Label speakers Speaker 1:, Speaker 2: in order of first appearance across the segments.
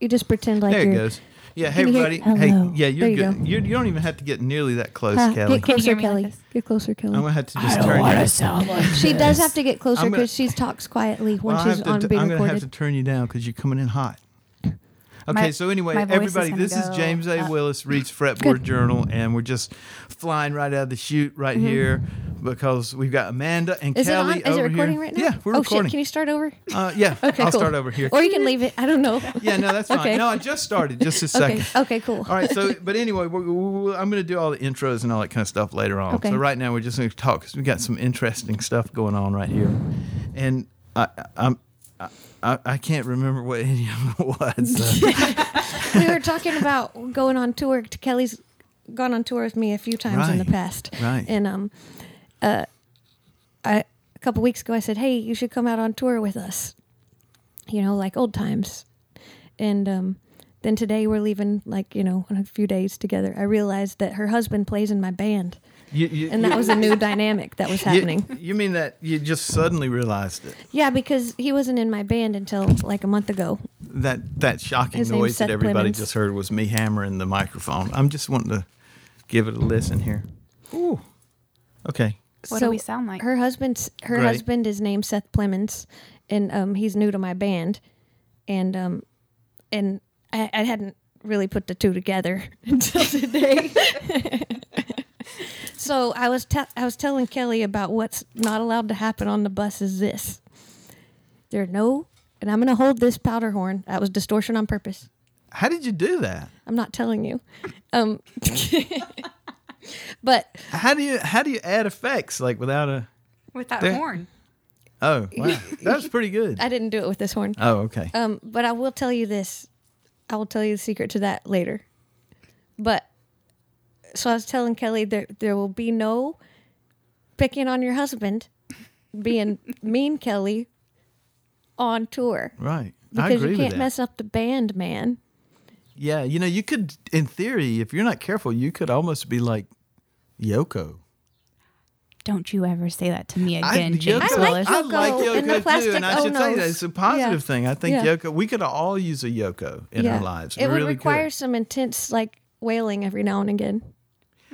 Speaker 1: You just pretend like
Speaker 2: There it
Speaker 1: you're.
Speaker 2: goes. Yeah, hey
Speaker 1: Can you hear-
Speaker 2: everybody. Hey,
Speaker 1: Hello.
Speaker 2: yeah, you're
Speaker 1: There you
Speaker 2: good.
Speaker 1: go.
Speaker 2: You, you don't even have to get nearly that close,
Speaker 1: Ah,
Speaker 2: Kelly.
Speaker 1: get closer,
Speaker 3: Can you hear me
Speaker 1: Kelly.
Speaker 3: like this?
Speaker 1: get closer, Kelly.
Speaker 2: I'm gonna have to just turn you.
Speaker 1: she does have to get closer
Speaker 2: I'm gonna-
Speaker 1: because she talks quietly when
Speaker 2: Well, I
Speaker 1: she's
Speaker 2: have to
Speaker 1: on
Speaker 2: t-
Speaker 1: being
Speaker 2: I'm gonna
Speaker 1: recorded.
Speaker 2: have to turn you down because you're coming in hot. Okay,
Speaker 3: My-
Speaker 2: so anyway,
Speaker 3: my voice is
Speaker 2: everybody,
Speaker 3: gonna
Speaker 2: this is
Speaker 3: go
Speaker 2: James A.
Speaker 3: up.
Speaker 2: Willis reads Fretboard Journal, and we're just flying right out of the chute right here because we've got Amanda and
Speaker 1: Mm-hmm. Is it
Speaker 2: Kelly
Speaker 1: on? Is
Speaker 2: over
Speaker 1: it recording
Speaker 2: here.
Speaker 1: right now?
Speaker 2: Yeah, we're
Speaker 1: oh,
Speaker 2: recording.
Speaker 1: Shit. Can you start over?
Speaker 2: uh, yeah,
Speaker 1: Okay,
Speaker 2: I'll
Speaker 1: cool.
Speaker 2: start over here.
Speaker 1: Or you can leave it. I don't know.
Speaker 2: yeah, no, that's fine.
Speaker 1: Okay.
Speaker 2: No, I just started just a second.
Speaker 1: okay. Okay. Cool.
Speaker 2: All right. So, but anyway, we we- we- I'm going to do all the intros and all that kind of stuff later on.
Speaker 1: Okay.
Speaker 2: So right now we're just going to talk because we got some interesting stuff going on right here, and I, I'm. I- I, I can't remember what any of it was. so.
Speaker 1: we were talking about going on tour. Kelly's gone on tour with me a few times in the
Speaker 2: Right.
Speaker 1: past.
Speaker 2: Right.
Speaker 1: And um, uh, I a couple weeks ago I said, "Hey, you should come out on tour with us." You know, like old times. And um, then today we're leaving, like you know, in a few days together. I realized that her husband plays in my band,
Speaker 2: You, you,
Speaker 1: and that was a new dynamic that was
Speaker 2: you-
Speaker 1: happening.
Speaker 2: You, mean that you just suddenly realized it?
Speaker 1: Yeah, because he wasn't in my band until like a month ago.
Speaker 2: That that shocking
Speaker 1: His name's
Speaker 2: noise that
Speaker 1: Seth
Speaker 2: everybody
Speaker 1: Plemons.
Speaker 2: just heard was me hammering the microphone. I'm just wanting to give it a listen here. Ooh. Okay.
Speaker 3: What do we sound like?
Speaker 1: Her husband's her
Speaker 2: Great.
Speaker 1: husband is named Seth Plemons, and um, he's new to my band, and um, and I, I hadn't really put the two together until today. so I was te- I was telling Kelly about what's not allowed to happen on the bus is this. There are no, and I'm gonna hold this powder horn. That was distortion on purpose.
Speaker 2: How did you do that?
Speaker 1: I'm not telling you. Um, but
Speaker 2: How do you how do you add effects like without a
Speaker 3: with that
Speaker 2: There-
Speaker 3: horn.
Speaker 2: Oh, wow. that was pretty good.
Speaker 1: I didn't do it with this horn.
Speaker 2: Oh, okay.
Speaker 1: Um, but I will tell you this. I will tell you the secret to that later. But so I was telling Kelly there there will be no picking on your husband, being mean Kelly on tour
Speaker 2: Right. I
Speaker 1: because
Speaker 2: agree
Speaker 1: you
Speaker 2: with
Speaker 1: can't
Speaker 2: that.
Speaker 1: mess up the band, man.
Speaker 2: yeah, you know, you could in theory, if you're not careful, you could almost be like Yoko.
Speaker 3: Don't you ever say that to me again, James
Speaker 1: I like
Speaker 3: Willis.
Speaker 2: I
Speaker 1: Yoko
Speaker 2: like Yoko
Speaker 1: and the
Speaker 2: too,
Speaker 1: plastic
Speaker 2: and I should say that
Speaker 1: Onos.
Speaker 2: it's a positive
Speaker 1: Yeah.
Speaker 2: thing. I think
Speaker 1: Yeah.
Speaker 2: Yoko. We could all use a Yoko in our lives.
Speaker 1: it
Speaker 2: We
Speaker 1: would
Speaker 2: really
Speaker 1: require
Speaker 2: could.
Speaker 1: some intense like wailing every now and again.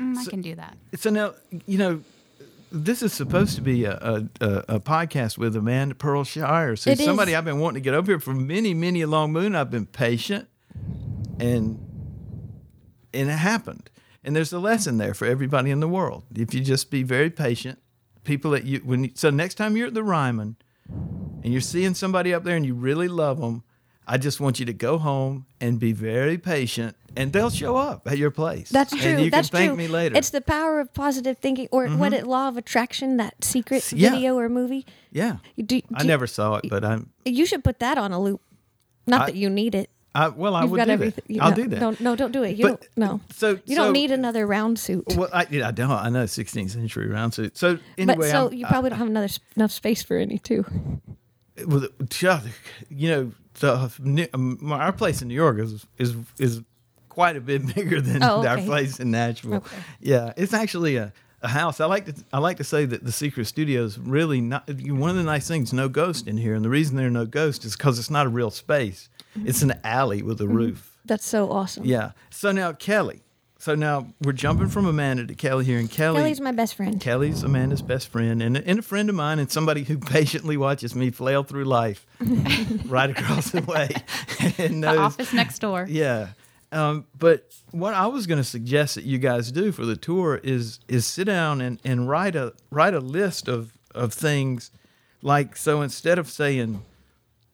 Speaker 3: Mm, I can do that.
Speaker 2: So now, you know, this is supposed to be a, a, a, a podcast with Amanda Pearl Shires, who's
Speaker 1: It is.
Speaker 2: somebody I've been wanting to get over here for many, many a long moon. I've been patient, and and it happened. And there's a lesson there for everybody in the world. If you just be very patient, people that you when you, so next time you're at the Ryman and you're seeing somebody up there and you really love them, I just want you to go home and be very patient, and they'll show up at your place.
Speaker 1: That's
Speaker 2: And
Speaker 1: true.
Speaker 2: you
Speaker 1: That's
Speaker 2: can thank
Speaker 1: true.
Speaker 2: me later. Mm-hmm.
Speaker 1: It's the power of positive thinking, or what it law of attraction? That secret
Speaker 2: yeah.
Speaker 1: video or movie.
Speaker 2: yeah.
Speaker 1: Do, do,
Speaker 2: I never saw it, but I'm.
Speaker 1: You should put that on a loop. Not
Speaker 2: I-
Speaker 1: that you need it.
Speaker 2: I, well, I
Speaker 1: You've
Speaker 2: would
Speaker 1: got
Speaker 2: do
Speaker 1: everything.
Speaker 2: that.
Speaker 1: you-
Speaker 2: I'll
Speaker 1: no,
Speaker 2: do that.
Speaker 1: Don't, no, don't do it. You
Speaker 2: But-
Speaker 1: don't. No.
Speaker 2: so-
Speaker 1: you
Speaker 2: so-
Speaker 1: don't need another round suit.
Speaker 2: Well, I, yeah, I don't. I know 16th century round suit. So anyway,
Speaker 1: but so
Speaker 2: I'm- uh,
Speaker 1: you probably don't have another s- enough space for any too.
Speaker 2: I- well, the- you know, the, New- um, our place in New York is is is quite a bit bigger than
Speaker 1: Oh,
Speaker 2: our
Speaker 1: okay.
Speaker 2: place in Nashville. Yeah, it's actually a, a house. I like to I like to say that the Secret Studios really not. One of the nice things, no ghost in here, and the reason there are no ghosts is because it's not a real space. It's an alley with a
Speaker 1: Mm-hmm.
Speaker 2: roof.
Speaker 1: That's so awesome.
Speaker 2: Yeah. So now Kelly. So now we're jumping from Amanda to Kelly here, and Kelly.
Speaker 1: Kelly's my best friend.
Speaker 2: Kelly's Amanda's best friend and, and a friend of mine and somebody who patiently watches me flail through life right across the way. and
Speaker 3: The
Speaker 2: knows-
Speaker 3: office next door.
Speaker 2: Yeah. Um, but what I was going to suggest that you guys do for the tour is is sit down and, and write a write a list of, of things like so instead of saying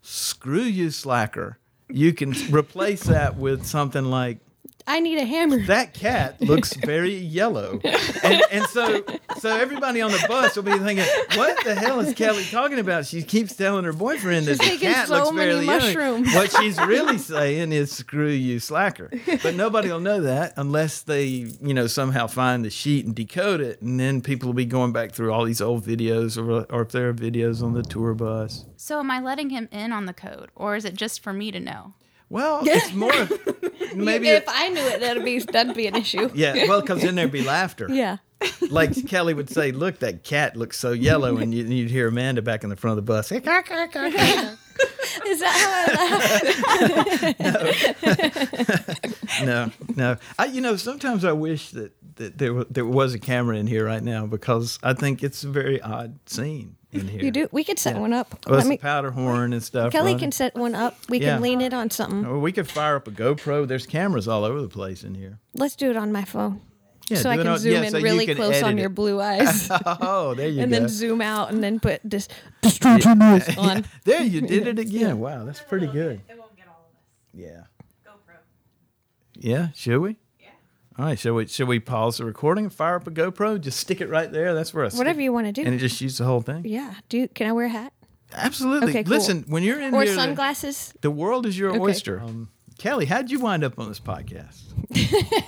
Speaker 2: screw you slacker, you can replace that with something like
Speaker 1: I need a hammer.
Speaker 2: that cat looks very yellow. And, and so so everybody on the bus will be thinking, what the hell is Kelly talking about? She keeps telling her boyfriend that
Speaker 1: She's
Speaker 2: the
Speaker 1: taking
Speaker 2: cat
Speaker 1: so
Speaker 2: looks
Speaker 1: many
Speaker 2: very yellow.
Speaker 1: mushrooms.
Speaker 2: What she's really saying is screw you slacker. But nobody will know that unless they, you know, somehow find the sheet and decode it. And then people will be going back through all these old videos or, or if there are videos on the tour bus.
Speaker 3: So am I letting him in on the code, or is it just for me to know?
Speaker 2: Well, it's more of- maybe
Speaker 1: if I knew it, that'd be that'd be an issue.
Speaker 2: yeah, well, because then there'd be laughter.
Speaker 1: Yeah.
Speaker 2: like Kelly would say, "Look, that cat looks so yellow," and you- you'd hear Amanda back in the front of the bus. "Hey, cock, cock, cock, cock."
Speaker 1: Is that how I laugh?
Speaker 2: no, no. I, you know, sometimes I wish that, that there wa- there was a camera in here right now because I think it's a very odd scene in here.
Speaker 1: You do. We could set one up.
Speaker 2: Well,
Speaker 1: Let
Speaker 2: it's
Speaker 1: me,
Speaker 2: the powder horn and stuff.
Speaker 1: Kelly
Speaker 2: running.
Speaker 1: can set one up. We
Speaker 2: Yeah. Oh.
Speaker 1: can lean it on something.
Speaker 2: Or we could fire up a GoPro. There's cameras all over the place in here.
Speaker 1: Let's do it on my phone.
Speaker 2: Yeah,
Speaker 1: so I
Speaker 2: do it
Speaker 1: can
Speaker 2: on-
Speaker 1: zoom
Speaker 2: yeah,
Speaker 1: in
Speaker 2: so you
Speaker 1: really
Speaker 2: can
Speaker 1: close on
Speaker 2: edit
Speaker 1: your
Speaker 2: it.
Speaker 1: blue eyes
Speaker 2: Oh, there you
Speaker 1: and
Speaker 2: go.
Speaker 1: then zoom out and then put this on.
Speaker 2: There you did it again. Wow, that's pretty good.
Speaker 4: It won't get all of us.
Speaker 2: Yeah.
Speaker 4: GoPro.
Speaker 2: Yeah, should we? All right, shall we should we pause the recording and fire up a GoPro? Just stick it right there. That's where I stick
Speaker 1: Whatever
Speaker 2: it.
Speaker 1: you want to do.
Speaker 2: and it just shoots the whole thing.
Speaker 1: yeah. Do you, can I wear a hat
Speaker 2: Absolutely.
Speaker 1: Okay, cool.
Speaker 2: Listen, when you're in
Speaker 1: or
Speaker 2: here, the-
Speaker 1: sunglasses?
Speaker 2: The world is your
Speaker 1: Okay.
Speaker 2: oyster. Um, Kelly, how'd you wind up on this podcast?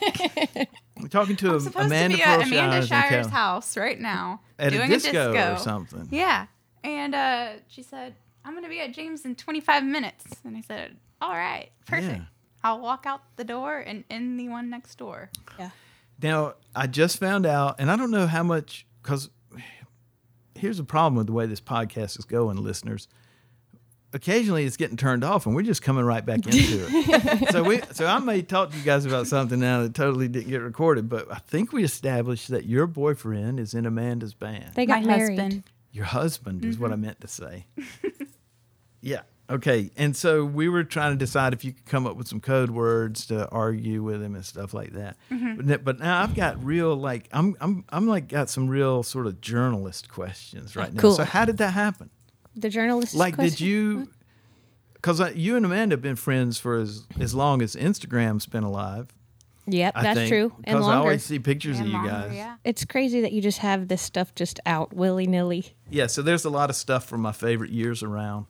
Speaker 2: We're talking to a,
Speaker 3: supposed
Speaker 2: Amanda
Speaker 3: to be at
Speaker 2: Pearl
Speaker 3: Amanda
Speaker 2: Shires and Kelly.
Speaker 3: Shire's house right now
Speaker 2: at
Speaker 3: doing
Speaker 2: a disco, or
Speaker 3: disco.
Speaker 2: something.
Speaker 3: Yeah, and uh, she said, "I'm gonna be at James in 25 minutes," and I said, "All right, perfect.
Speaker 2: Yeah.
Speaker 3: I'll walk out the door and in the one next door."
Speaker 1: Yeah.
Speaker 2: Now, I just found out, and I don't know how much, because here's the problem with the way this podcast is going, listeners. Occasionally, it's getting turned off, and we're just coming right back into it. so we, so I may talk to you guys about something now that totally didn't get recorded, but I think we established that your boyfriend is in Amanda's band.
Speaker 1: They got
Speaker 3: My
Speaker 1: married.
Speaker 3: husband.
Speaker 2: Your husband is
Speaker 1: Mm-hmm.
Speaker 2: what I meant to say. yeah. Okay. And so we were trying to decide if you could come up with some code words to argue with him and stuff like that.
Speaker 1: Mm-hmm.
Speaker 2: But, n- but now I've got real like I'm I'm I'm like got some real sort of journalist questions right now.
Speaker 1: Cool.
Speaker 2: So how did that happen?
Speaker 1: The journalist.
Speaker 2: Like did you because you and Amanda have been friends for as, as long as Instagram's been alive.
Speaker 1: Yep,
Speaker 2: I
Speaker 1: that's
Speaker 2: think,
Speaker 1: true. And
Speaker 2: Because I
Speaker 1: longer.
Speaker 2: always see pictures of
Speaker 3: And
Speaker 2: you
Speaker 3: longer,
Speaker 2: guys.
Speaker 3: Yeah.
Speaker 1: It's crazy that you just have this stuff just out willy nilly.
Speaker 2: Yeah, so there's a lot of stuff from my favorite years around.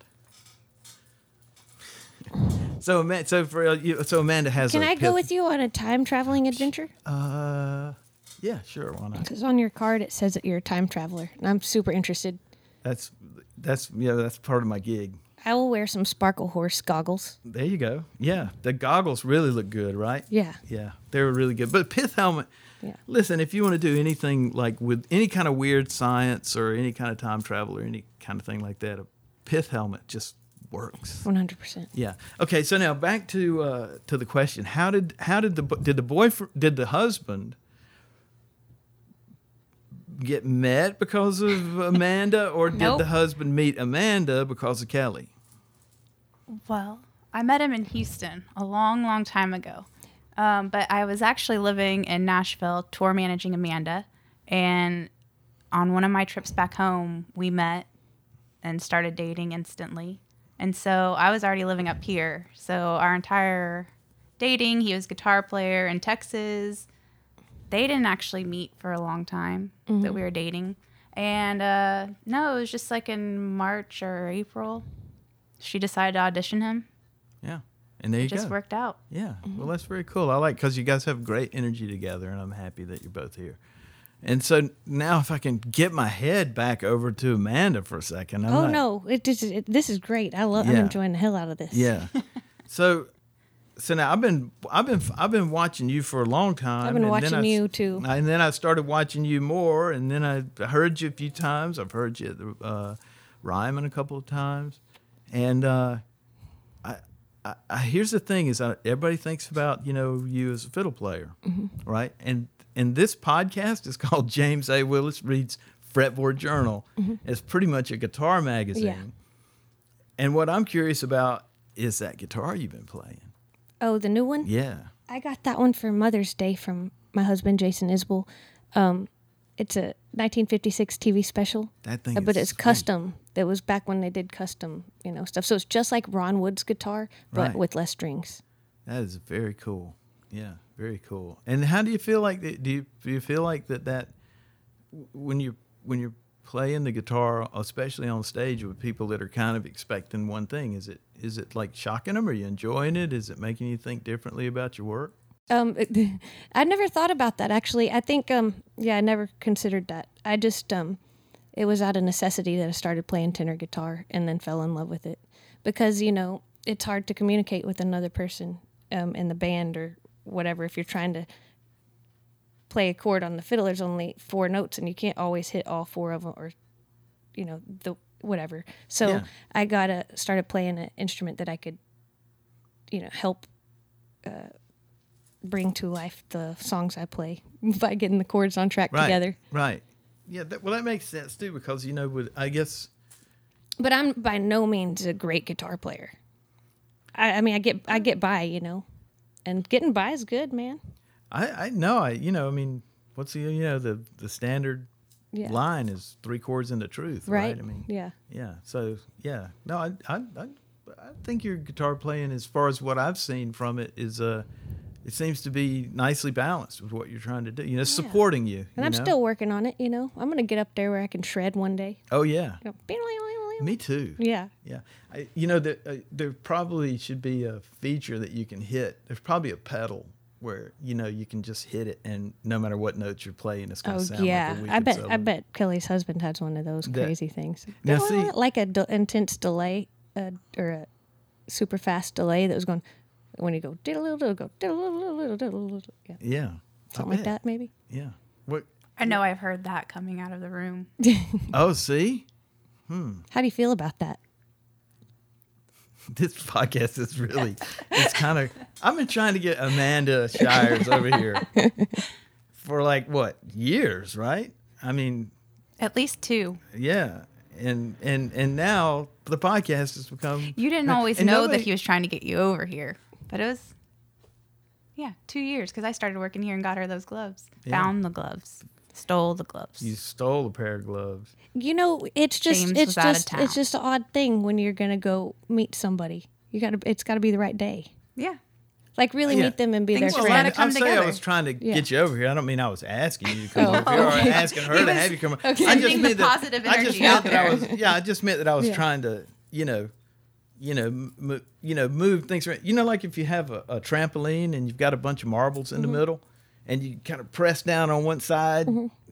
Speaker 2: So, Ama- so for uh, you- so Amanda has.
Speaker 1: Can
Speaker 2: I
Speaker 1: I go with you on a time traveling adventure?
Speaker 2: Uh, yeah, sure. Why not?
Speaker 1: Because on your card it says that you're a time traveler, and I'm super interested.
Speaker 2: That's that's yeah. That's part of my gig.
Speaker 1: I will wear some sparkle horse goggles.
Speaker 2: There you go. Yeah, the goggles really look good, right?
Speaker 1: Yeah.
Speaker 2: Yeah, they were really good. But pith helmet.
Speaker 1: Yeah.
Speaker 2: Listen, if you want to do anything like with any kind of weird science or any kind of time travel or any kind of thing like that, a pith helmet just works.
Speaker 1: 100%.
Speaker 2: Yeah. Okay. So now back to uh, to the question: How did how did the bo- did the boyfriend did the husband get met because of Amanda, or did
Speaker 3: Nope.
Speaker 2: the husband meet Amanda because of Kelly?
Speaker 3: Well, I met him in Houston a long, long time ago. Um, but I was actually living in Nashville, tour managing Amanda. And on one of my trips back home, we met and started dating instantly. And so I was already living up here. So our entire dating, he was guitar player in Texas. They didn't actually meet for a long time that we were dating. And uh, no, it was just like in March or April she decided to audition him.
Speaker 2: Yeah. And there you
Speaker 3: It just
Speaker 2: go.
Speaker 3: worked out.
Speaker 2: Yeah. Well, that's very cool. I like because you guys have great energy together, and I'm happy that you're both here. And so now, if I can get my head back over to Amanda for a second, I'm
Speaker 1: oh,
Speaker 2: not-
Speaker 1: no. It, this is- it, this is great. I love, I'm
Speaker 2: Yeah.
Speaker 1: enjoying the hell out of this.
Speaker 2: Yeah. so so now I've been I've been I've been watching you for a long time.
Speaker 1: I've been
Speaker 2: and then
Speaker 1: watching
Speaker 2: I s-
Speaker 1: you, too.
Speaker 2: And then I started watching you more, and then I heard you a few times. I've heard you at the uh, Ryman a couple of times, and uh, I, I, I here's the thing: is I, everybody thinks about you know you as a fiddle player,
Speaker 1: Mm-hmm.
Speaker 2: right? And and this podcast is called James A. Willis Reads Fretboard Journal.
Speaker 1: Mm-hmm.
Speaker 2: It's pretty much a guitar magazine. And what I'm curious about is that guitar you've been playing.
Speaker 1: Oh, the new one?
Speaker 2: Yeah.
Speaker 1: I got that one for Mother's Day from my husband, Jason Isbell. Um, it's a 1956 TV special.
Speaker 2: That thing
Speaker 1: Uh, But
Speaker 2: is
Speaker 1: it's
Speaker 2: sweet.
Speaker 1: custom. It was back when they did custom, you know, stuff. So it's just like Ron Wood's guitar, but
Speaker 2: Right.
Speaker 1: with less strings.
Speaker 2: That is very cool. Yeah, very cool. And how do you feel like that? Do you do you feel like that that w- when you when you're playing the guitar, especially on stage with people that are kind of expecting one thing, is it is it like shocking them? Are you enjoying it? Is it making you think differently about your work?
Speaker 1: Um, I never thought about that actually. I think, um, yeah, I never considered that. I just, um, it was out of necessity that I started playing tenor guitar and then fell in love with it because you know it's hard to communicate with another person um, in the band or whatever if you're trying to play a chord on the fiddle. There's only four notes and you can't always hit all four of them or you know the whatever. So
Speaker 2: Yeah.
Speaker 1: I got a started playing an instrument that I could, you know, help uh, bring to life the songs I play by getting the chords on track
Speaker 2: Right.
Speaker 1: together.
Speaker 2: Right. Yeah. That, well, that makes sense too because you know, with I guess
Speaker 1: But I'm by no means a great guitar player. I, I mean, I get I get by, you know, and getting by is good, man.
Speaker 2: I I know I you know I mean what's the you know the the standard
Speaker 1: Yeah.
Speaker 2: line is three chords into truth. Right.
Speaker 1: Right?
Speaker 2: I mean.
Speaker 1: yeah.
Speaker 2: Yeah. So yeah. No, I I I, I think your guitar playing, as far as what I've seen from it, is uh, it seems to be nicely balanced with what you're trying to do. You know, it's supporting you.
Speaker 1: And
Speaker 2: you
Speaker 1: I'm
Speaker 2: know?
Speaker 1: still working on it, you know. I'm gonna get up there where I can shred one day.
Speaker 2: Oh yeah.
Speaker 1: You know,
Speaker 2: Me too.
Speaker 1: Yeah.
Speaker 2: Yeah. I, you know, there, uh, there probably should be a feature that you can hit. There's probably a pedal where you know you can just hit it, and no matter what notes you're playing, it's going
Speaker 1: Oh
Speaker 2: to sound
Speaker 1: yeah,
Speaker 2: like a
Speaker 1: I
Speaker 2: wicked
Speaker 1: bet I
Speaker 2: solo.
Speaker 1: bet Kelly's husband has one of those
Speaker 2: That-
Speaker 1: crazy things.
Speaker 2: Now, see-
Speaker 1: like a de- intense delay uh, or a super fast delay that was going when you go diddle diddle go diddle diddle yeah,
Speaker 2: Yeah. I
Speaker 1: something like
Speaker 2: bet.
Speaker 1: that maybe.
Speaker 2: Yeah. What?
Speaker 3: I know I've heard that coming out of the room.
Speaker 2: Oh, see.
Speaker 1: How do you feel about that?
Speaker 2: this podcast is really it's kind of i've been trying to get amanda shires over here for like what years right i mean
Speaker 3: At least two.
Speaker 2: yeah and and and now the podcast has become
Speaker 3: You didn't always
Speaker 2: And
Speaker 3: know
Speaker 2: nobody-
Speaker 3: that he was trying to get you over here, but it was, yeah, two years because I started working here and got her those gloves. Found the gloves, stole the gloves.
Speaker 2: you stole a pair of gloves
Speaker 1: You know, it's just
Speaker 3: James
Speaker 1: it's
Speaker 3: was out of
Speaker 1: just
Speaker 3: town.
Speaker 1: it's just an odd thing when you're gonna go meet somebody. You gotta it's gotta be the right day.
Speaker 3: yeah,
Speaker 1: Like really
Speaker 2: Yeah.
Speaker 1: meet them and be
Speaker 3: Things
Speaker 1: their
Speaker 3: will
Speaker 1: friend.
Speaker 3: add gotta up. come
Speaker 2: I'm sorry I
Speaker 3: together.
Speaker 2: was trying to
Speaker 1: Yeah.
Speaker 2: get you over here. I don't mean I was asking you to come
Speaker 1: Oh,
Speaker 2: over here or
Speaker 1: okay.
Speaker 2: asking her
Speaker 3: He
Speaker 2: to
Speaker 3: was
Speaker 2: have you come. I
Speaker 3: sending
Speaker 2: just
Speaker 3: the
Speaker 2: meant that-
Speaker 3: positive
Speaker 2: I just
Speaker 3: energy
Speaker 2: meant
Speaker 3: out
Speaker 2: that I was, yeah, I just meant that I was
Speaker 1: Yeah.
Speaker 2: trying to, you know, you know, m- you know, move things around. You know, like if you have a, a trampoline and you've got a bunch of marbles in
Speaker 3: Mm-hmm.
Speaker 2: the middle, and you kind of press down on one side.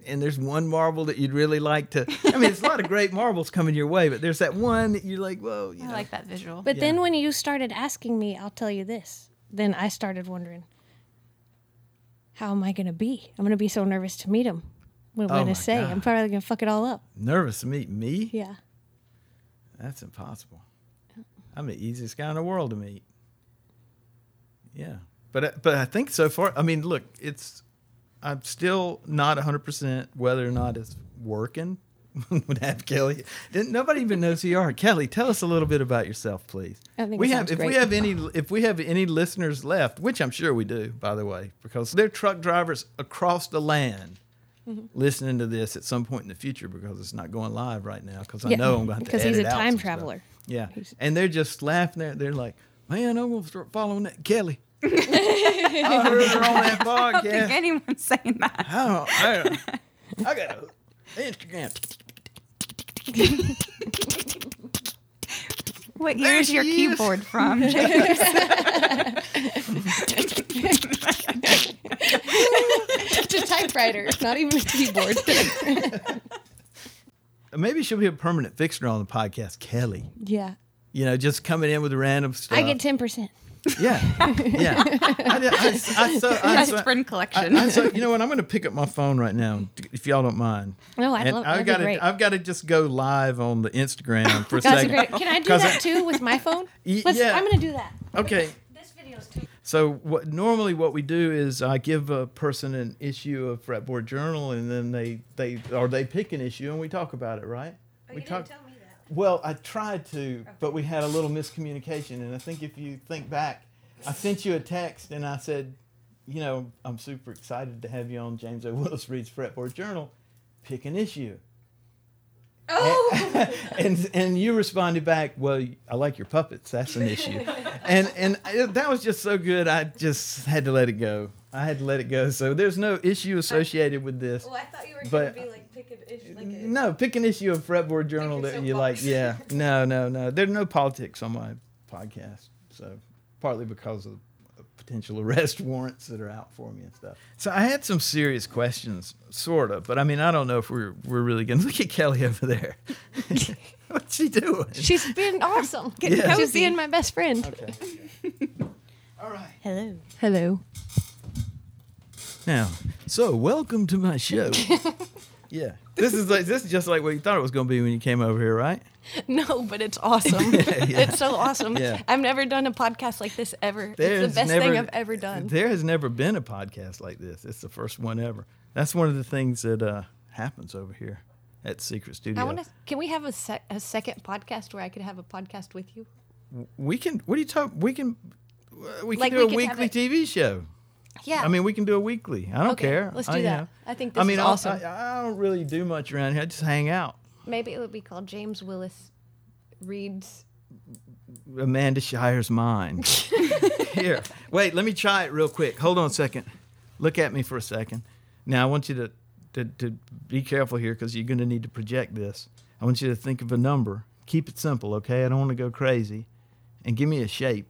Speaker 2: And there's one marble that you'd really like to. I mean, it's a lot of great marbles coming your way, but there's that one that you're like, whoa, you
Speaker 3: I
Speaker 2: know.
Speaker 3: like that visual.
Speaker 1: But then when you started asking me, I'll tell you this. Then I started wondering, how am I going to be? I'm going to be so nervous to meet him. What am I
Speaker 2: Oh
Speaker 1: going
Speaker 2: my
Speaker 1: to say? I'm
Speaker 2: God.
Speaker 1: probably going to fuck it all up.
Speaker 2: nervous to meet me.
Speaker 1: Yeah.
Speaker 2: That's impossible. I'm the easiest guy in the world to meet. Yeah, but I- but I think so far. I mean, look, it's I'm still not 100 percent whether or not it's working. Would have Kelly? Didn't, nobody even knows who you are. Kelly, tell us a little bit about yourself, please.
Speaker 1: I think
Speaker 2: we
Speaker 1: it
Speaker 2: have
Speaker 1: sounds
Speaker 2: if we
Speaker 1: great.
Speaker 2: have any if we have any listeners left, which I'm sure we do, by the way, because they're truck drivers across the land. Listening to this at some point in the future because it's not going live right now because I
Speaker 1: Yeah,
Speaker 2: know I'm going to
Speaker 1: because he's
Speaker 2: edit
Speaker 1: a
Speaker 2: out
Speaker 1: time
Speaker 2: some stuff.
Speaker 1: traveler.
Speaker 2: Yeah, and they're just laughing. They're, they're like, "Man, I'm gonna start following that Kelly." I heard her on that
Speaker 3: I don't think
Speaker 2: podcast.
Speaker 3: anyone's saying that.
Speaker 2: I don't. I, don't- I got a Instagram.
Speaker 3: What year is
Speaker 2: she
Speaker 3: your
Speaker 2: is.
Speaker 3: keyboard from? James?
Speaker 1: it's a typewriter, not even a keyboard.
Speaker 2: Maybe she'll be a permanent fixture on the podcast, Kelly.
Speaker 1: yeah.
Speaker 2: You know, just coming in with random stuff.
Speaker 1: I get 10%.
Speaker 2: yeah, yeah. I, did- I, I, so, I,
Speaker 3: That's
Speaker 2: so,
Speaker 3: friend
Speaker 2: I,
Speaker 3: collection.
Speaker 2: I, so, you know what? I'm going to pick up my phone right now, if y'all don't mind.
Speaker 1: No, I'd
Speaker 2: And
Speaker 1: Oh, love-
Speaker 2: I've
Speaker 1: that'd be
Speaker 2: got to.
Speaker 1: great.
Speaker 2: I've got to just go live on the Instagram for a
Speaker 1: That's a
Speaker 2: second.
Speaker 1: great. Can I do
Speaker 2: 'Cause
Speaker 1: that too with my phone?
Speaker 2: Y-
Speaker 1: Let's,
Speaker 2: yeah.
Speaker 1: I'm going to do that.
Speaker 2: Okay.
Speaker 1: This video's too.
Speaker 2: So what normally what we do is I give a person an issue of Fretboard Journal, and then they they or they pick an issue and we talk about it, right? we talk.
Speaker 1: me that.
Speaker 2: Well, I tried to, but we had a little miscommunication, and I think if you think back, I sent you a text and I said, you know, I'm super excited to have you on James O. Willis Reads Fretboard Journal. Pick an issue. Oh. and and you responded back, well, I like your puppets. That's an issue. and and I, that was just so good. I just had to let it go. I had to let it go. So there's no issue associated with this.
Speaker 1: I thought you were
Speaker 2: gonna But- be,
Speaker 1: like picking issue.
Speaker 2: No, pick an issue of fretboard journal
Speaker 1: Pick your
Speaker 2: that you like.
Speaker 1: soapbox.
Speaker 2: Yeah, no, no, no. There's no politics on my podcast, so partly because of potential arrest warrants that are out for me and stuff. So I had some serious questions, sort of, but I mean, I don't know if we're we're really gonna look at Kelly over there. What's she doing?
Speaker 1: She's been awesome. Getting
Speaker 2: Yeah.
Speaker 1: She's being my best friend.
Speaker 2: Okay. All right.
Speaker 1: Hello. Hello.
Speaker 2: Now, so welcome to my show. yeah, this is like this is just like what you thought it was gonna be when you came over here, right?
Speaker 4: No, but it's awesome. It's so awesome.
Speaker 2: Yeah.
Speaker 4: I've never done a podcast like this ever.
Speaker 2: There's
Speaker 4: it's the best
Speaker 2: never-
Speaker 4: thing I've ever done.
Speaker 2: There has never been a podcast like this. It's the first one ever. That's one of the things that uh, happens over here at Secret Studio.
Speaker 4: I want to. Can we have a, sec- a second podcast where I could have a podcast with you?
Speaker 2: we can. What are you talking? We can. We can
Speaker 4: Like,
Speaker 2: do
Speaker 4: we
Speaker 2: a
Speaker 4: can have
Speaker 2: weekly
Speaker 4: it-
Speaker 2: TV show.
Speaker 4: Yeah.
Speaker 2: I mean, we can do a weekly. I don't
Speaker 4: Okay,
Speaker 2: care.
Speaker 4: let's
Speaker 2: I,
Speaker 4: do
Speaker 2: you
Speaker 4: that.
Speaker 2: know.
Speaker 4: I think
Speaker 2: I
Speaker 4: this
Speaker 2: mean,
Speaker 4: is
Speaker 2: I'll-
Speaker 4: awesome.
Speaker 2: I, I don't really do much around here. I just hang out.
Speaker 4: Maybe it would be called James Willis Reads.
Speaker 2: Amanda Shire's mind. Here. Wait, let me try it real quick. Hold on a second. Look at me for a second. Now, I want you to, to, to be careful here because you're going to need to project this. I want you to think of a number. Keep it simple, okay? I don't want to go crazy. And give me a shape.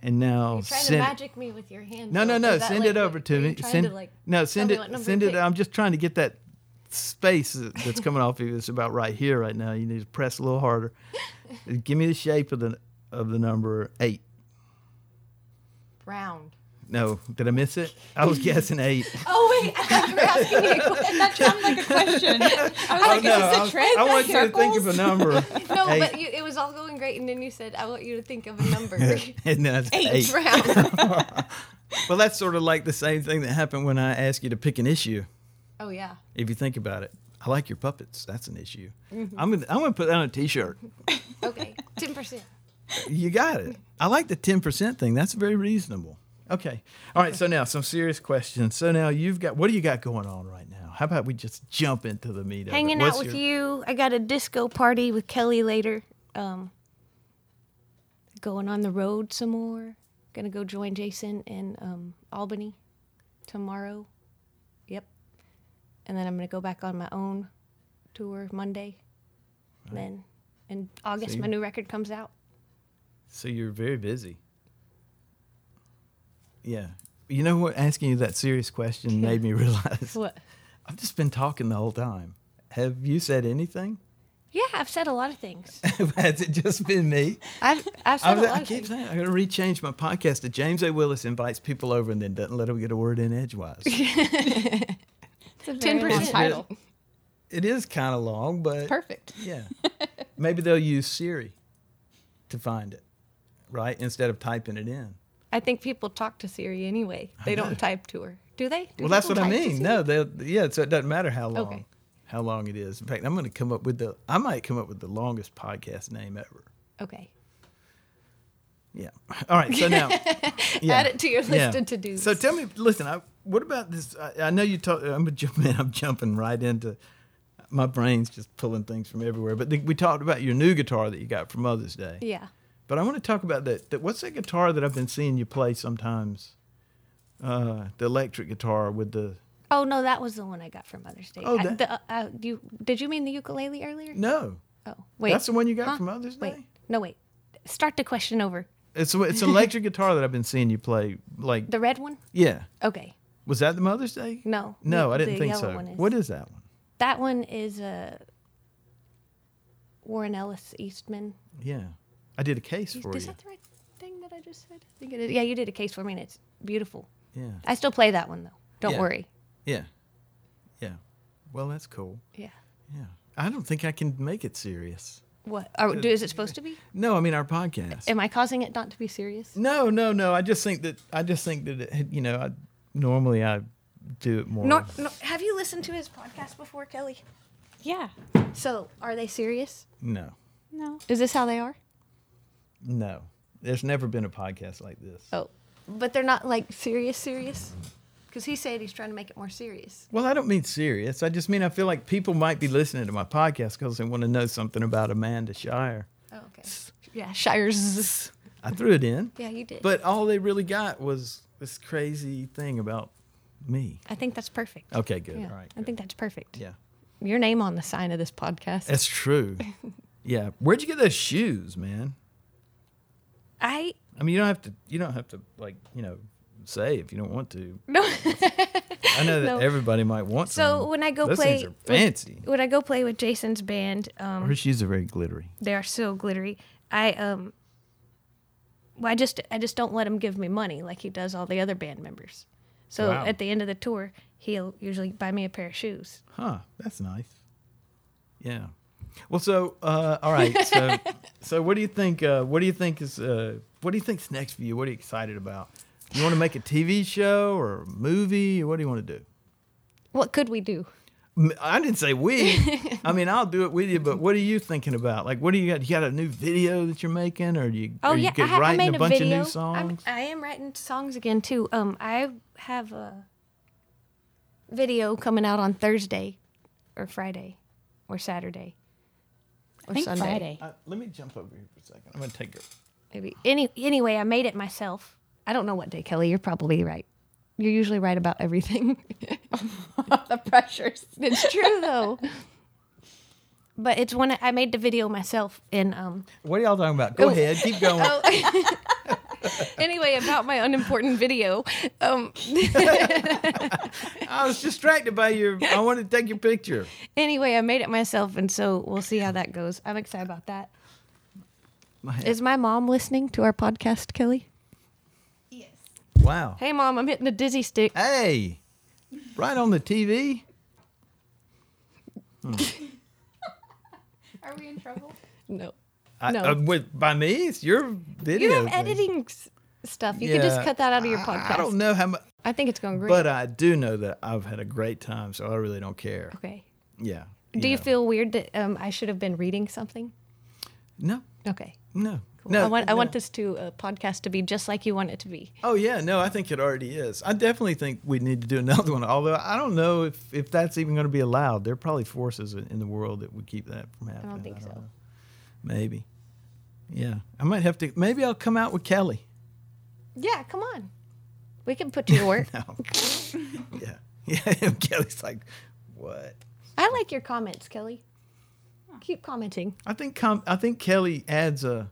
Speaker 2: And now
Speaker 4: You're trying to
Speaker 2: send it-
Speaker 4: magic me with your hand.
Speaker 2: No, no,
Speaker 4: Oh, Is
Speaker 2: no.
Speaker 4: that
Speaker 2: Send
Speaker 4: like
Speaker 2: it
Speaker 4: what-
Speaker 2: over
Speaker 4: are
Speaker 2: to
Speaker 4: you
Speaker 2: me.
Speaker 4: trying
Speaker 2: Send
Speaker 4: to, like,
Speaker 2: no.
Speaker 4: tell
Speaker 2: Send
Speaker 4: me
Speaker 2: it.
Speaker 4: what number
Speaker 2: Send
Speaker 4: to
Speaker 2: it.
Speaker 4: pick?
Speaker 2: I'm just trying to get that space that- that's coming off of you. It's about right here, right now. You need to press a little harder. Give me the shape of the of the number eight.
Speaker 4: round.
Speaker 2: No, did I miss it? I was guessing eight.
Speaker 4: Oh wait, I thought you were asking me. A question. That sounded like a question. I was like,
Speaker 2: no,
Speaker 4: is
Speaker 2: I,
Speaker 4: this a
Speaker 2: was-
Speaker 4: trend?
Speaker 2: I want you to think of a
Speaker 4: Circles?
Speaker 2: number.
Speaker 4: No,
Speaker 2: eight.
Speaker 4: but you, it was all going great, and then you said, "I want you to think of a number."
Speaker 2: and then I said eight.
Speaker 4: round.
Speaker 2: Well, that's sort of like the same thing that happened when I asked you to pick an issue.
Speaker 4: Oh yeah.
Speaker 2: If you think about it, I like your puppets. That's an issue.
Speaker 4: Mm-hmm.
Speaker 2: I'm gonna I'm gonna put that on a T-shirt.
Speaker 4: Okay. Ten percent.
Speaker 2: You got it. I like the ten percent thing. That's very reasonable. Okay. All right. So now some serious questions. So now you've got what do you got going on right now? How about we just jump into the meat of it?
Speaker 4: Hanging
Speaker 2: What's
Speaker 4: out with
Speaker 2: your-
Speaker 4: you. I got a disco party with Kelly later. Um, going on the road some more. Gonna go join Jason in um, Albany tomorrow. Yep. And then I'm gonna go back on my own tour Monday. Then in August,
Speaker 2: So
Speaker 4: my
Speaker 2: you-
Speaker 4: new record comes out.
Speaker 2: So you're very busy. Yeah. You know what? Asking you that serious question made me realize
Speaker 4: What?
Speaker 2: I've just been talking the whole time. Have you said anything?
Speaker 4: Yeah, I've said a lot of things.
Speaker 2: Has it just been me?
Speaker 4: I've, I've
Speaker 2: I,
Speaker 4: said a
Speaker 2: was,
Speaker 4: lot
Speaker 2: I
Speaker 4: of
Speaker 2: keep
Speaker 4: things.
Speaker 2: saying I gotta rechange my podcast to James A. Willis invites people over and then doesn't let them get a word in edgewise.
Speaker 4: Ten
Speaker 2: long
Speaker 4: percent.
Speaker 2: title. it is kind of long, but
Speaker 5: Perfect.
Speaker 2: yeah, maybe they'll use Siri to find it, right? Instead of typing it in.
Speaker 4: I think people talk to Siri anyway. They don't type to her, do they? Do
Speaker 2: Well, that's
Speaker 4: people
Speaker 2: what I
Speaker 4: type to
Speaker 2: mean.
Speaker 4: Siri?
Speaker 2: No, they'll, yeah, so it doesn't matter how long,
Speaker 4: Okay.
Speaker 2: how long it is. In fact, I'm going to come up with the, I might come up with the longest podcast name ever.
Speaker 4: Okay.
Speaker 2: Yeah. All right. So now, yeah.
Speaker 4: Add it to your list
Speaker 2: Yeah.
Speaker 4: of to-dos.
Speaker 2: So tell me, listen, I, what about this? I, I know you talk. I'm jumping. I'm jumping right into. My brain's just pulling things from everywhere. But the, we talked about your new guitar that you got for Mother's Day.
Speaker 4: yeah.
Speaker 2: But I want to talk about that. that what's that guitar that I've been seeing you play sometimes? Uh, the electric guitar with the.
Speaker 4: Oh no, that was the one I got from Mother's Day.
Speaker 2: Oh,
Speaker 4: I-
Speaker 2: that-
Speaker 4: the, uh, uh, you did you mean the ukulele earlier?
Speaker 2: No,
Speaker 4: Oh wait,
Speaker 2: that's the one you got
Speaker 4: Huh?
Speaker 2: from Mother's Day.
Speaker 4: Wait, no wait. Start the question over.
Speaker 2: It's a- it's an electric guitar that I've been seeing you play. Like
Speaker 4: The red one?
Speaker 2: yeah,
Speaker 4: Okay.
Speaker 2: was that the Mother's Day?
Speaker 4: No.
Speaker 2: No,
Speaker 4: the-
Speaker 2: I didn't
Speaker 4: the
Speaker 2: think
Speaker 4: yellow
Speaker 2: so.
Speaker 4: one is-
Speaker 2: What is that one?
Speaker 4: That one is a Warren Ellis Eastman.
Speaker 2: Yeah, I did a case for
Speaker 4: is
Speaker 2: you.
Speaker 4: that the right thing that I just said? I think it is. Yeah, you did a case for me, and it's beautiful.
Speaker 2: Yeah.
Speaker 4: I still play that one though. Don't
Speaker 2: Yeah.
Speaker 4: worry.
Speaker 2: Yeah. Yeah. Well, that's cool.
Speaker 4: Yeah.
Speaker 2: Yeah. I don't think I can make it serious.
Speaker 4: What? Are, do, is it supposed to be?
Speaker 2: No, I mean our podcast.
Speaker 4: Am I causing it not to be serious?
Speaker 2: no, no, no. I just think that I just think that it, you know, I normally I do it more.
Speaker 4: Nor, nor, have you listened to his podcast before, Kelly?
Speaker 5: Yeah.
Speaker 4: So, are they serious?
Speaker 2: no.
Speaker 3: No.
Speaker 4: Is this how they are?
Speaker 2: No. There's never been a podcast like this.
Speaker 4: Oh, but they're not like serious, serious. Because he said he's trying to make it more serious.
Speaker 2: Well, I don't mean serious. I just mean I feel like people might be listening to my podcast because they want to know something about Amanda Shire.
Speaker 4: Oh, okay. Yeah, Shires.
Speaker 2: I threw it in,
Speaker 4: Yeah, you did.
Speaker 2: but all they really got was this crazy thing about me.
Speaker 4: I think that's perfect.
Speaker 2: Okay, good.
Speaker 4: Yeah,
Speaker 2: All right.
Speaker 4: I
Speaker 2: good.
Speaker 4: think that's perfect.
Speaker 2: yeah.
Speaker 4: Your name on the sign of this podcast.
Speaker 2: That's true. yeah. Where'd you get those shoes, man?
Speaker 4: I
Speaker 2: I mean, you don't have to. You don't have to like you know say if you don't want to.
Speaker 4: no.
Speaker 2: I know that
Speaker 4: No.
Speaker 2: everybody might want.
Speaker 4: so
Speaker 2: some.
Speaker 4: when I go
Speaker 2: those
Speaker 4: play,
Speaker 2: things are fancy.
Speaker 4: With, when I go play with Jason's band, um,
Speaker 2: Her shoes are very glittery.
Speaker 4: they are so glittery. I um well, I just I just don't let him give me money like he does all the other band members. So
Speaker 2: Wow.
Speaker 4: at the end of the tour, he'll usually buy me a pair of shoes.
Speaker 2: Huh? That's nice. Yeah. Well, so uh, all right. So, so what do you think? Uh, what do you think is? Uh, what do you think's next for you? What are you excited about? You want to make a TV show or a movie? What do you want to do?
Speaker 4: What could we do?
Speaker 2: M- I didn't say we. I mean, I'll do it with you. But what are you thinking about? Like, what do you got? You got a new video that you're making, or you?
Speaker 4: Oh
Speaker 2: are
Speaker 4: yeah,
Speaker 2: you good
Speaker 4: I, ha- I
Speaker 2: writing
Speaker 4: made
Speaker 2: a
Speaker 4: a,
Speaker 2: bunch
Speaker 4: video.
Speaker 2: of new songs.
Speaker 4: I'm, I am writing songs again too. Um, I have a video coming out on Thursday, or Friday, or Saturday, or
Speaker 3: think
Speaker 4: Sunday.
Speaker 3: Friday.
Speaker 2: Uh, let me jump over here for a second. I'm gonna take it.
Speaker 4: Maybe any anyway, I made it myself. I don't know what day, Kelly. You're probably right. You're usually right about everything.
Speaker 3: the pressures.
Speaker 4: it's true though. But it's when I made the video myself, and um,
Speaker 2: What are y'all talking about?
Speaker 4: Oh.
Speaker 2: Go ahead, keep going.
Speaker 4: anyway, about my unimportant video, um,
Speaker 2: I was distracted by your. I wanted to take your picture.
Speaker 4: anyway, I made it myself, and so we'll see how that goes. I'm excited about that.
Speaker 2: My head.
Speaker 4: Is my mom listening to our podcast, Kelly?
Speaker 2: Wow.
Speaker 4: Hey, mom, I'm hitting the dizzy stick.
Speaker 2: Hey, right on the TV.
Speaker 3: Are we in trouble?
Speaker 4: No,
Speaker 2: I,
Speaker 4: No.
Speaker 2: uh, with, by me, it's your video.
Speaker 4: you have
Speaker 2: thing.
Speaker 4: editing s- stuff. You can just
Speaker 2: Yeah.
Speaker 4: cut that out of your
Speaker 2: I-
Speaker 4: podcast.
Speaker 2: I don't know how much,
Speaker 4: I think it's going great.
Speaker 2: but I do know that I've had a great time, so I really don't care.
Speaker 4: okay.
Speaker 2: Yeah.
Speaker 4: Do you
Speaker 2: know.
Speaker 4: feel weird that um, I should have been reading something?
Speaker 2: No,
Speaker 4: Okay.
Speaker 2: no, no.
Speaker 4: I want I
Speaker 2: no.
Speaker 4: want this to uh, podcast to be just like you want it to be.
Speaker 2: Oh yeah, no, I think it already is. I definitely think we need to do another one. Although I don't know if, if that's even going to be allowed. There are probably forces in in the world that would keep that from happening.
Speaker 4: think so.
Speaker 2: know. Maybe. Yeah, I might have to. Maybe I'll come out with Kelly.
Speaker 4: Yeah, come on. We can put you to work.
Speaker 2: No. yeah, yeah. Kelly's like, what?
Speaker 4: I like your comments, Kelly. Keep commenting.
Speaker 2: I think com- I think Kelly adds a.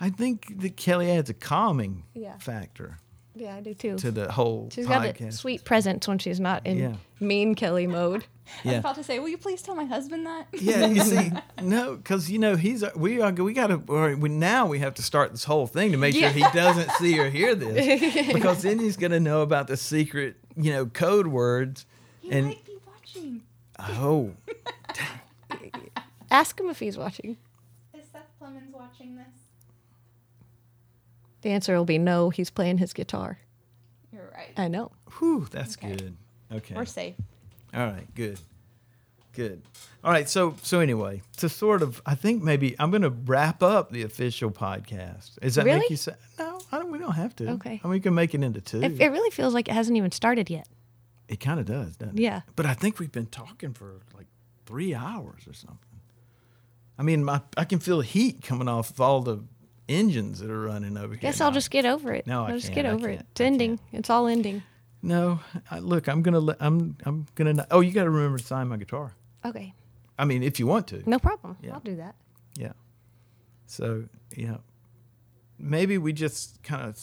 Speaker 2: I think that Kelly adds a calming
Speaker 4: Yeah.
Speaker 2: factor
Speaker 4: Yeah, I do too.
Speaker 2: to the whole
Speaker 4: She's got
Speaker 2: podcast.
Speaker 4: a sweet presence when she's not in
Speaker 2: Yeah.
Speaker 4: mean Kelly mode.
Speaker 3: I was
Speaker 2: Yeah,
Speaker 3: about to say, will you please tell my husband that?
Speaker 2: yeah. You see, no, because you know he's we are we got to we, now we have to start this whole thing to make sure he doesn't see or hear this because then he's going to know about the secret you know code words
Speaker 3: He
Speaker 2: and
Speaker 3: might be watching.
Speaker 2: oh
Speaker 4: Ask him if he's watching.
Speaker 3: Is Seth Clemens watching this?
Speaker 4: The answer will be no. He's playing his guitar.
Speaker 3: You're right.
Speaker 4: I know.
Speaker 2: whew, that's
Speaker 3: Okay.
Speaker 2: good. Okay.
Speaker 3: We're safe.
Speaker 2: All right, good. Good. All right, so so anyway, to sort of I think maybe I'm going to wrap up the official podcast. Is that
Speaker 4: Really?
Speaker 2: make you say No, I don't we don't have to.
Speaker 4: Okay.
Speaker 2: I mean, we can make it into two.
Speaker 4: It, it really feels like it hasn't even started yet.
Speaker 2: it kind of does, doesn't it?
Speaker 4: Yeah.
Speaker 2: But I think we've been talking for like 3 hours or something. I mean, my I can feel the heat coming off of all the engines that are running over here.
Speaker 4: Guess
Speaker 2: now.
Speaker 4: I'll just get over it.
Speaker 2: No, I
Speaker 4: I'll just
Speaker 2: can't.
Speaker 4: get
Speaker 2: I
Speaker 4: over it.
Speaker 2: can't.
Speaker 4: It's
Speaker 2: I
Speaker 4: ending. It's all ending.
Speaker 2: No, I, look, I'm going to let I'm I'm going to not, Oh, you got to remember to sign my guitar.
Speaker 4: Okay.
Speaker 2: I mean, if you want to.
Speaker 4: No problem.
Speaker 2: Yeah.
Speaker 4: I'll do that.
Speaker 2: Yeah. So, yeah. Maybe we just kind of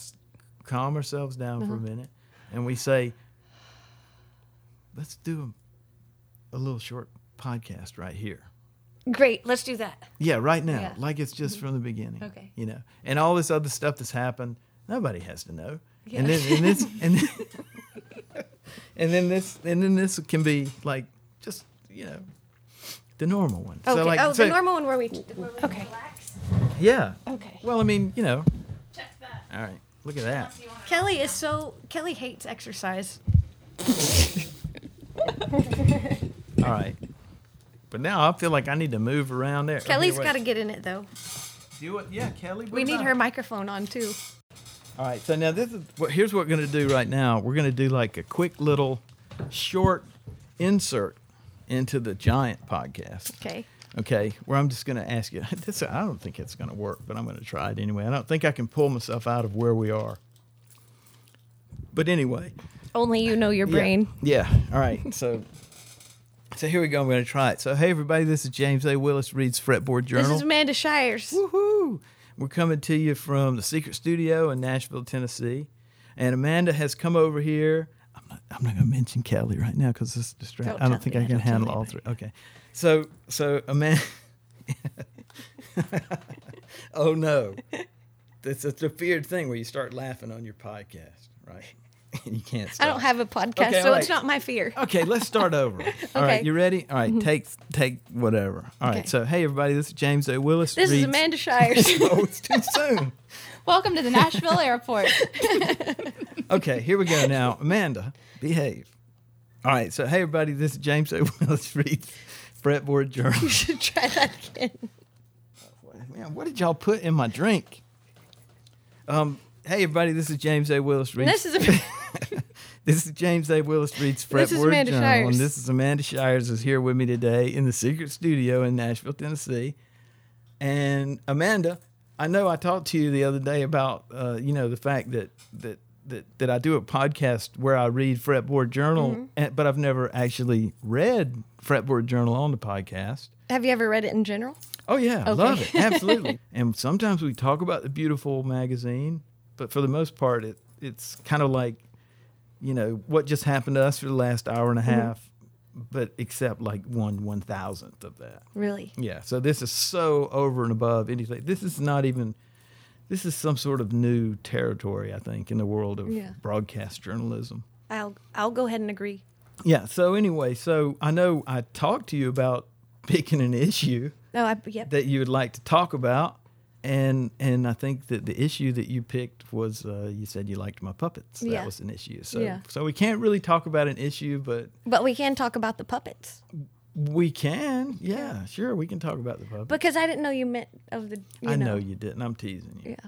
Speaker 2: calm ourselves down
Speaker 4: Uh-huh.
Speaker 2: for a minute and we say, let's do a, a little short podcast right here.
Speaker 4: Great. Let's do that.
Speaker 2: Yeah, right now.
Speaker 4: Yeah. Mm-hmm.
Speaker 2: Like it's just from the beginning.
Speaker 4: Okay.
Speaker 2: You know, and all this other stuff that's happened, nobody has to know. And then and this and then, and then this and then this can be like just, you know, the normal one.
Speaker 4: Okay.
Speaker 2: So like
Speaker 4: oh,
Speaker 2: so-
Speaker 4: the normal one where we. Where we okay.
Speaker 2: Yeah.
Speaker 4: Okay.
Speaker 2: Well, I mean, you know,
Speaker 3: Check that.
Speaker 2: All right. Look at that.
Speaker 4: Kelly is so. Kelly hates exercise.
Speaker 2: All right. But now I feel like I need to move around there.
Speaker 4: Kelly's
Speaker 2: Here,
Speaker 4: got to
Speaker 2: wait.
Speaker 4: get in it though.
Speaker 2: Do it. Yeah, Kelly.
Speaker 4: We
Speaker 2: what
Speaker 4: need
Speaker 2: about-
Speaker 4: her microphone on too.
Speaker 2: All right. So now this is what here's what we're going to do right now. We're going to do like a quick little short insert into the giant podcast.
Speaker 4: Okay.
Speaker 2: Okay, where I'm just going to ask you. This I don't think it's going to work, but I'm going to try it anyway. I don't think I can pull myself out of where we are. But anyway,
Speaker 4: Only you know your
Speaker 2: Yeah.
Speaker 4: brain.
Speaker 2: Yeah. All right. So, so here we go. I'm going to try it. So, hey everybody, this is James A. Willis reads Fretboard Journal.
Speaker 4: This is Amanda Shires.
Speaker 2: Woohoo! We're coming to you from the Secret Studio in Nashville, Tennessee, and Amanda has come over here. I'm not, I'm not going to mention Kelly right now because this is distracting.
Speaker 4: Don't
Speaker 2: I don't
Speaker 4: tell
Speaker 2: think
Speaker 4: me.
Speaker 2: I can
Speaker 4: Don't tell
Speaker 2: handle all three. Okay, so so Amanda. oh no, it's, it's a feared thing where you start laughing on your podcast, right? you can't
Speaker 4: I
Speaker 2: stop.
Speaker 4: don't have a podcast,
Speaker 2: Okay,
Speaker 4: so
Speaker 2: all
Speaker 4: it's
Speaker 2: right.
Speaker 4: not my fear.
Speaker 2: Okay, let's start over. All right,
Speaker 4: Okay. Mm-hmm.
Speaker 2: you ready? All right, take take whatever. All right,
Speaker 4: Okay.
Speaker 2: so hey everybody, this is James A. Willis.
Speaker 4: This is
Speaker 2: reads-
Speaker 4: Amanda Shires.
Speaker 2: Oh, it's too soon.
Speaker 3: Welcome to the Nashville airport.
Speaker 2: Okay, here we go now. Amanda, behave. All right, so hey everybody, this is James A. Willis reads fretboard journal.
Speaker 4: Try that again.
Speaker 2: Man, what did y'all put in my drink? Um, hey everybody, this is James A. Willis reads.
Speaker 4: This is a,
Speaker 2: This is James A. Willis reads
Speaker 4: This is
Speaker 2: Fretboard
Speaker 4: Amanda
Speaker 2: Journal, and
Speaker 4: Shires.
Speaker 2: this is Amanda Shires is here with me today in the secret studio in Nashville, Tennessee. And Amanda, I know I talked to you the other day about uh, you know the fact that that that that I do a podcast where I read Fretboard Journal,
Speaker 4: Mm-hmm.
Speaker 2: and, but I've never actually read Fretboard Journal on the podcast.
Speaker 4: have you ever read it in general?
Speaker 2: Oh yeah, I love it absolutely. and sometimes we talk about the beautiful magazine, but for the most part, it it's kind of like, you know, what just happened to us for the last hour and a half, but except like one one thousandth of that.
Speaker 4: Really?
Speaker 2: Yeah. So this is so over and above anything. This is not even. This is some sort of new territory, I think, in the world of
Speaker 4: Yeah.
Speaker 2: broadcast journalism.
Speaker 4: I'll I'll go ahead and agree.
Speaker 2: Yeah. So anyway, so I know I talked to you about picking an issue.
Speaker 4: No, I yep.
Speaker 2: that you would like to talk about, and and I think that the issue that you picked was uh, you said you liked my puppets. That
Speaker 4: Yeah.
Speaker 2: was an issue. So
Speaker 4: Yeah.
Speaker 2: so we can't really talk about an issue, but
Speaker 4: But we can talk about the puppets
Speaker 2: we can. Yeah, sure, we can talk about the puppets.
Speaker 4: because I didn't know you meant of the. You
Speaker 2: I know.
Speaker 4: know.
Speaker 2: you didn't. I'm teasing you.
Speaker 4: Yeah.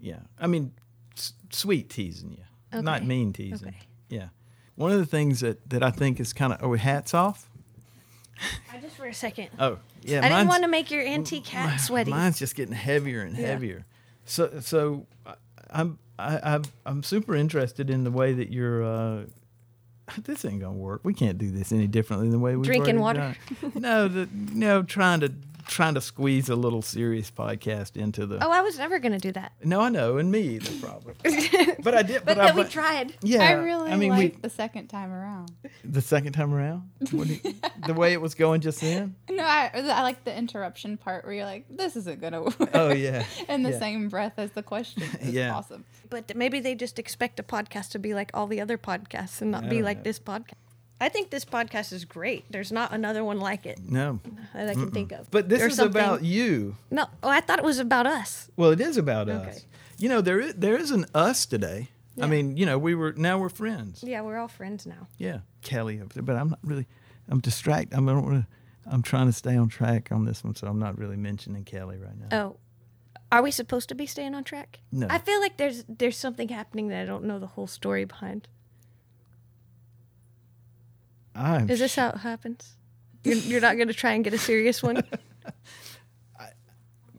Speaker 2: Yeah, I mean, s- sweet teasing you, not
Speaker 4: Okay.
Speaker 2: mean teasing.
Speaker 4: Okay.
Speaker 2: Yeah. One of the things that, that I think is kind of oh hats off.
Speaker 4: I just for a second.
Speaker 2: Oh yeah,
Speaker 4: I didn't
Speaker 2: mine's-
Speaker 4: want to make your antique hat sweaty.
Speaker 2: Mine's just getting heavier and
Speaker 4: Yeah.
Speaker 2: heavier. So so I, I'm I, I'm I'm super interested in the way that you're. Uh, this ain't gonna work. We can't do this any differently than the way we
Speaker 4: Drinking water?
Speaker 2: no, the, no, trying to trying to squeeze a little serious podcast into the.
Speaker 4: Oh, I was never gonna do that.
Speaker 2: No, I know, and me either, probably. but I did.
Speaker 4: But
Speaker 2: I,
Speaker 4: then we
Speaker 2: but-
Speaker 4: tried.
Speaker 2: Yeah,
Speaker 3: I really
Speaker 2: mean,
Speaker 3: like the second time around.
Speaker 2: we, the second time around. What do you, the way it was going just then.
Speaker 3: No, I, I like the interruption part where you're like, "This isn't gonna work."
Speaker 2: Oh yeah.
Speaker 3: In the
Speaker 2: yeah.
Speaker 3: same breath as the question. It's
Speaker 2: Yeah.
Speaker 3: Awesome.
Speaker 4: But th- maybe they just expect a podcast to be like all the other podcasts and not
Speaker 2: I
Speaker 4: be
Speaker 2: don't
Speaker 4: like
Speaker 2: know.
Speaker 4: this podcast. I think this podcast is great. There's not another one like it
Speaker 2: No,
Speaker 4: that I can think of.
Speaker 2: but this
Speaker 4: Or
Speaker 2: is about you.
Speaker 4: No, oh, I thought it was about us.
Speaker 2: Well, it is about
Speaker 4: Okay.
Speaker 2: us. You know, there is, there is an us today. I
Speaker 4: Yeah.
Speaker 2: mean, you know, we were now we're friends.
Speaker 4: Yeah, we're all friends now.
Speaker 2: Yeah, Kelly over there, but I'm not really. I'm distracted. I'm, I don't want to. I'm trying to stay on track on this one, so I'm not really mentioning Kelly right now.
Speaker 4: Oh, are we supposed to be staying on track?
Speaker 2: No.
Speaker 4: I feel like there's there's something happening that I don't know the whole story behind.
Speaker 2: I'm
Speaker 4: Is this how it happens? You're, you're not going to try and get a serious one.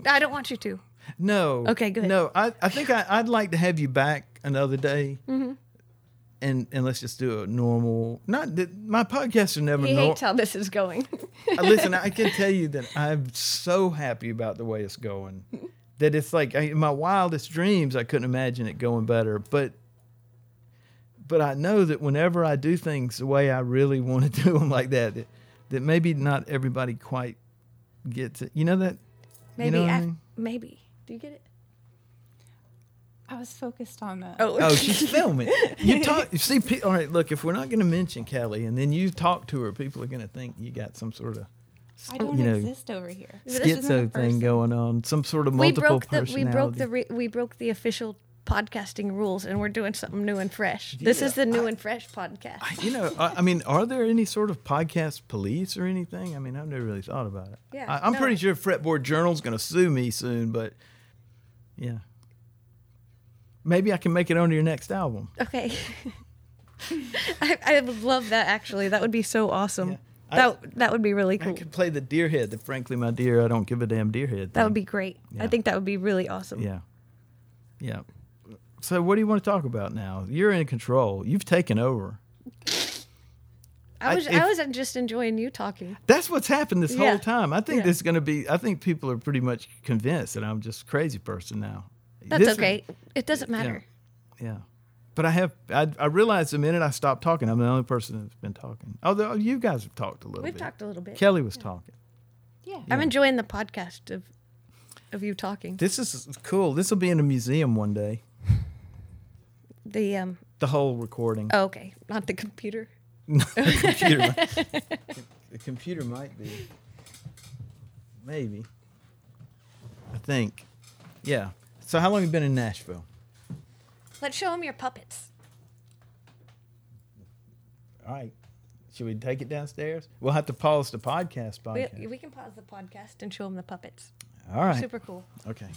Speaker 4: I don't want you to.
Speaker 2: No.
Speaker 4: Okay, good.
Speaker 2: No, I, I think I, I'd like to have you back another day.
Speaker 4: Mm-hmm.
Speaker 2: And, and let's just do a normal. Not that my podcasts are never
Speaker 4: He
Speaker 2: normal.
Speaker 4: hates how this is going.
Speaker 2: Uh, Listen, I can tell you that I'm so happy about the way it's going. That it's like I, in my wildest dreams, I couldn't imagine it going better. But but I know that whenever I do things the way I really want to do them, like that, that, that maybe not everybody quite gets it. You know that?
Speaker 4: Maybe.
Speaker 2: know what I
Speaker 4: af-
Speaker 2: mean?
Speaker 4: Maybe. Do you get it?
Speaker 3: I was focused on that.
Speaker 4: Oh.
Speaker 2: Oh, she's filming. You talk. You see, pe- all right. Look, if we're not going to mention Kelly, and then you talk to her, people are going to think you got some sort of
Speaker 3: I don't
Speaker 2: you know,
Speaker 3: exist over here.
Speaker 4: This isn't a
Speaker 2: schizo thing
Speaker 4: person.
Speaker 2: going on, some sort of
Speaker 4: we
Speaker 2: multiple
Speaker 4: broke the we broke
Speaker 2: personality.
Speaker 4: the re- we broke the official podcasting rules and we're doing something new and fresh. This is the new and fresh podcast.
Speaker 2: You know, I, I mean, are there any sort of podcast police or anything? I mean, I've never really thought about it.
Speaker 4: Yeah,
Speaker 2: I, I'm
Speaker 4: no.
Speaker 2: pretty sure Fretboard Journal's going to sue me soon, but yeah, maybe I can make it onto your next album.
Speaker 4: okay. I, I would love that actually. That would be so awesome.
Speaker 2: Yeah. I-
Speaker 4: that that would be really
Speaker 2: I
Speaker 4: cool.
Speaker 2: could play the deer head, the frankly, my dear, I don't give a damn deer head.
Speaker 4: That would
Speaker 2: thing.
Speaker 4: be great.
Speaker 2: Yeah.
Speaker 4: I think that would be really awesome.
Speaker 2: yeah, yeah. So, what do you want to talk about now? You're in control. You've taken over. I-
Speaker 4: I was I,
Speaker 2: if-
Speaker 4: was just enjoying you talking.
Speaker 2: That's what's happened this
Speaker 4: Yeah.
Speaker 2: whole time. I think
Speaker 4: Yeah.
Speaker 2: this is going to be. I think people are pretty much convinced that I'm just a crazy person now.
Speaker 4: That's
Speaker 2: This-
Speaker 4: okay. It doesn't matter.
Speaker 2: Yeah. But I have, I, I realized the minute I stopped talking, I'm the only person that's been talking. Although you guys have talked a little
Speaker 4: We've
Speaker 2: bit.
Speaker 4: talked a little bit.
Speaker 2: Kelly was talking.
Speaker 3: Yeah.
Speaker 4: I'm enjoying the podcast of of you talking.
Speaker 2: This is cool. This will be in a museum one day.
Speaker 4: The um.
Speaker 2: The whole recording.
Speaker 4: Oh, okay, not the computer.
Speaker 2: computer might, the computer might be. Maybe. I think. Yeah. So how long you been in Nashville?
Speaker 4: Let's show him your puppets.
Speaker 2: All right. Should we take it downstairs? We'll have to pause the podcast.
Speaker 4: We,
Speaker 2: podcast.
Speaker 4: we can pause the podcast and show him the puppets.
Speaker 2: All right.
Speaker 4: Super cool.
Speaker 2: Okay.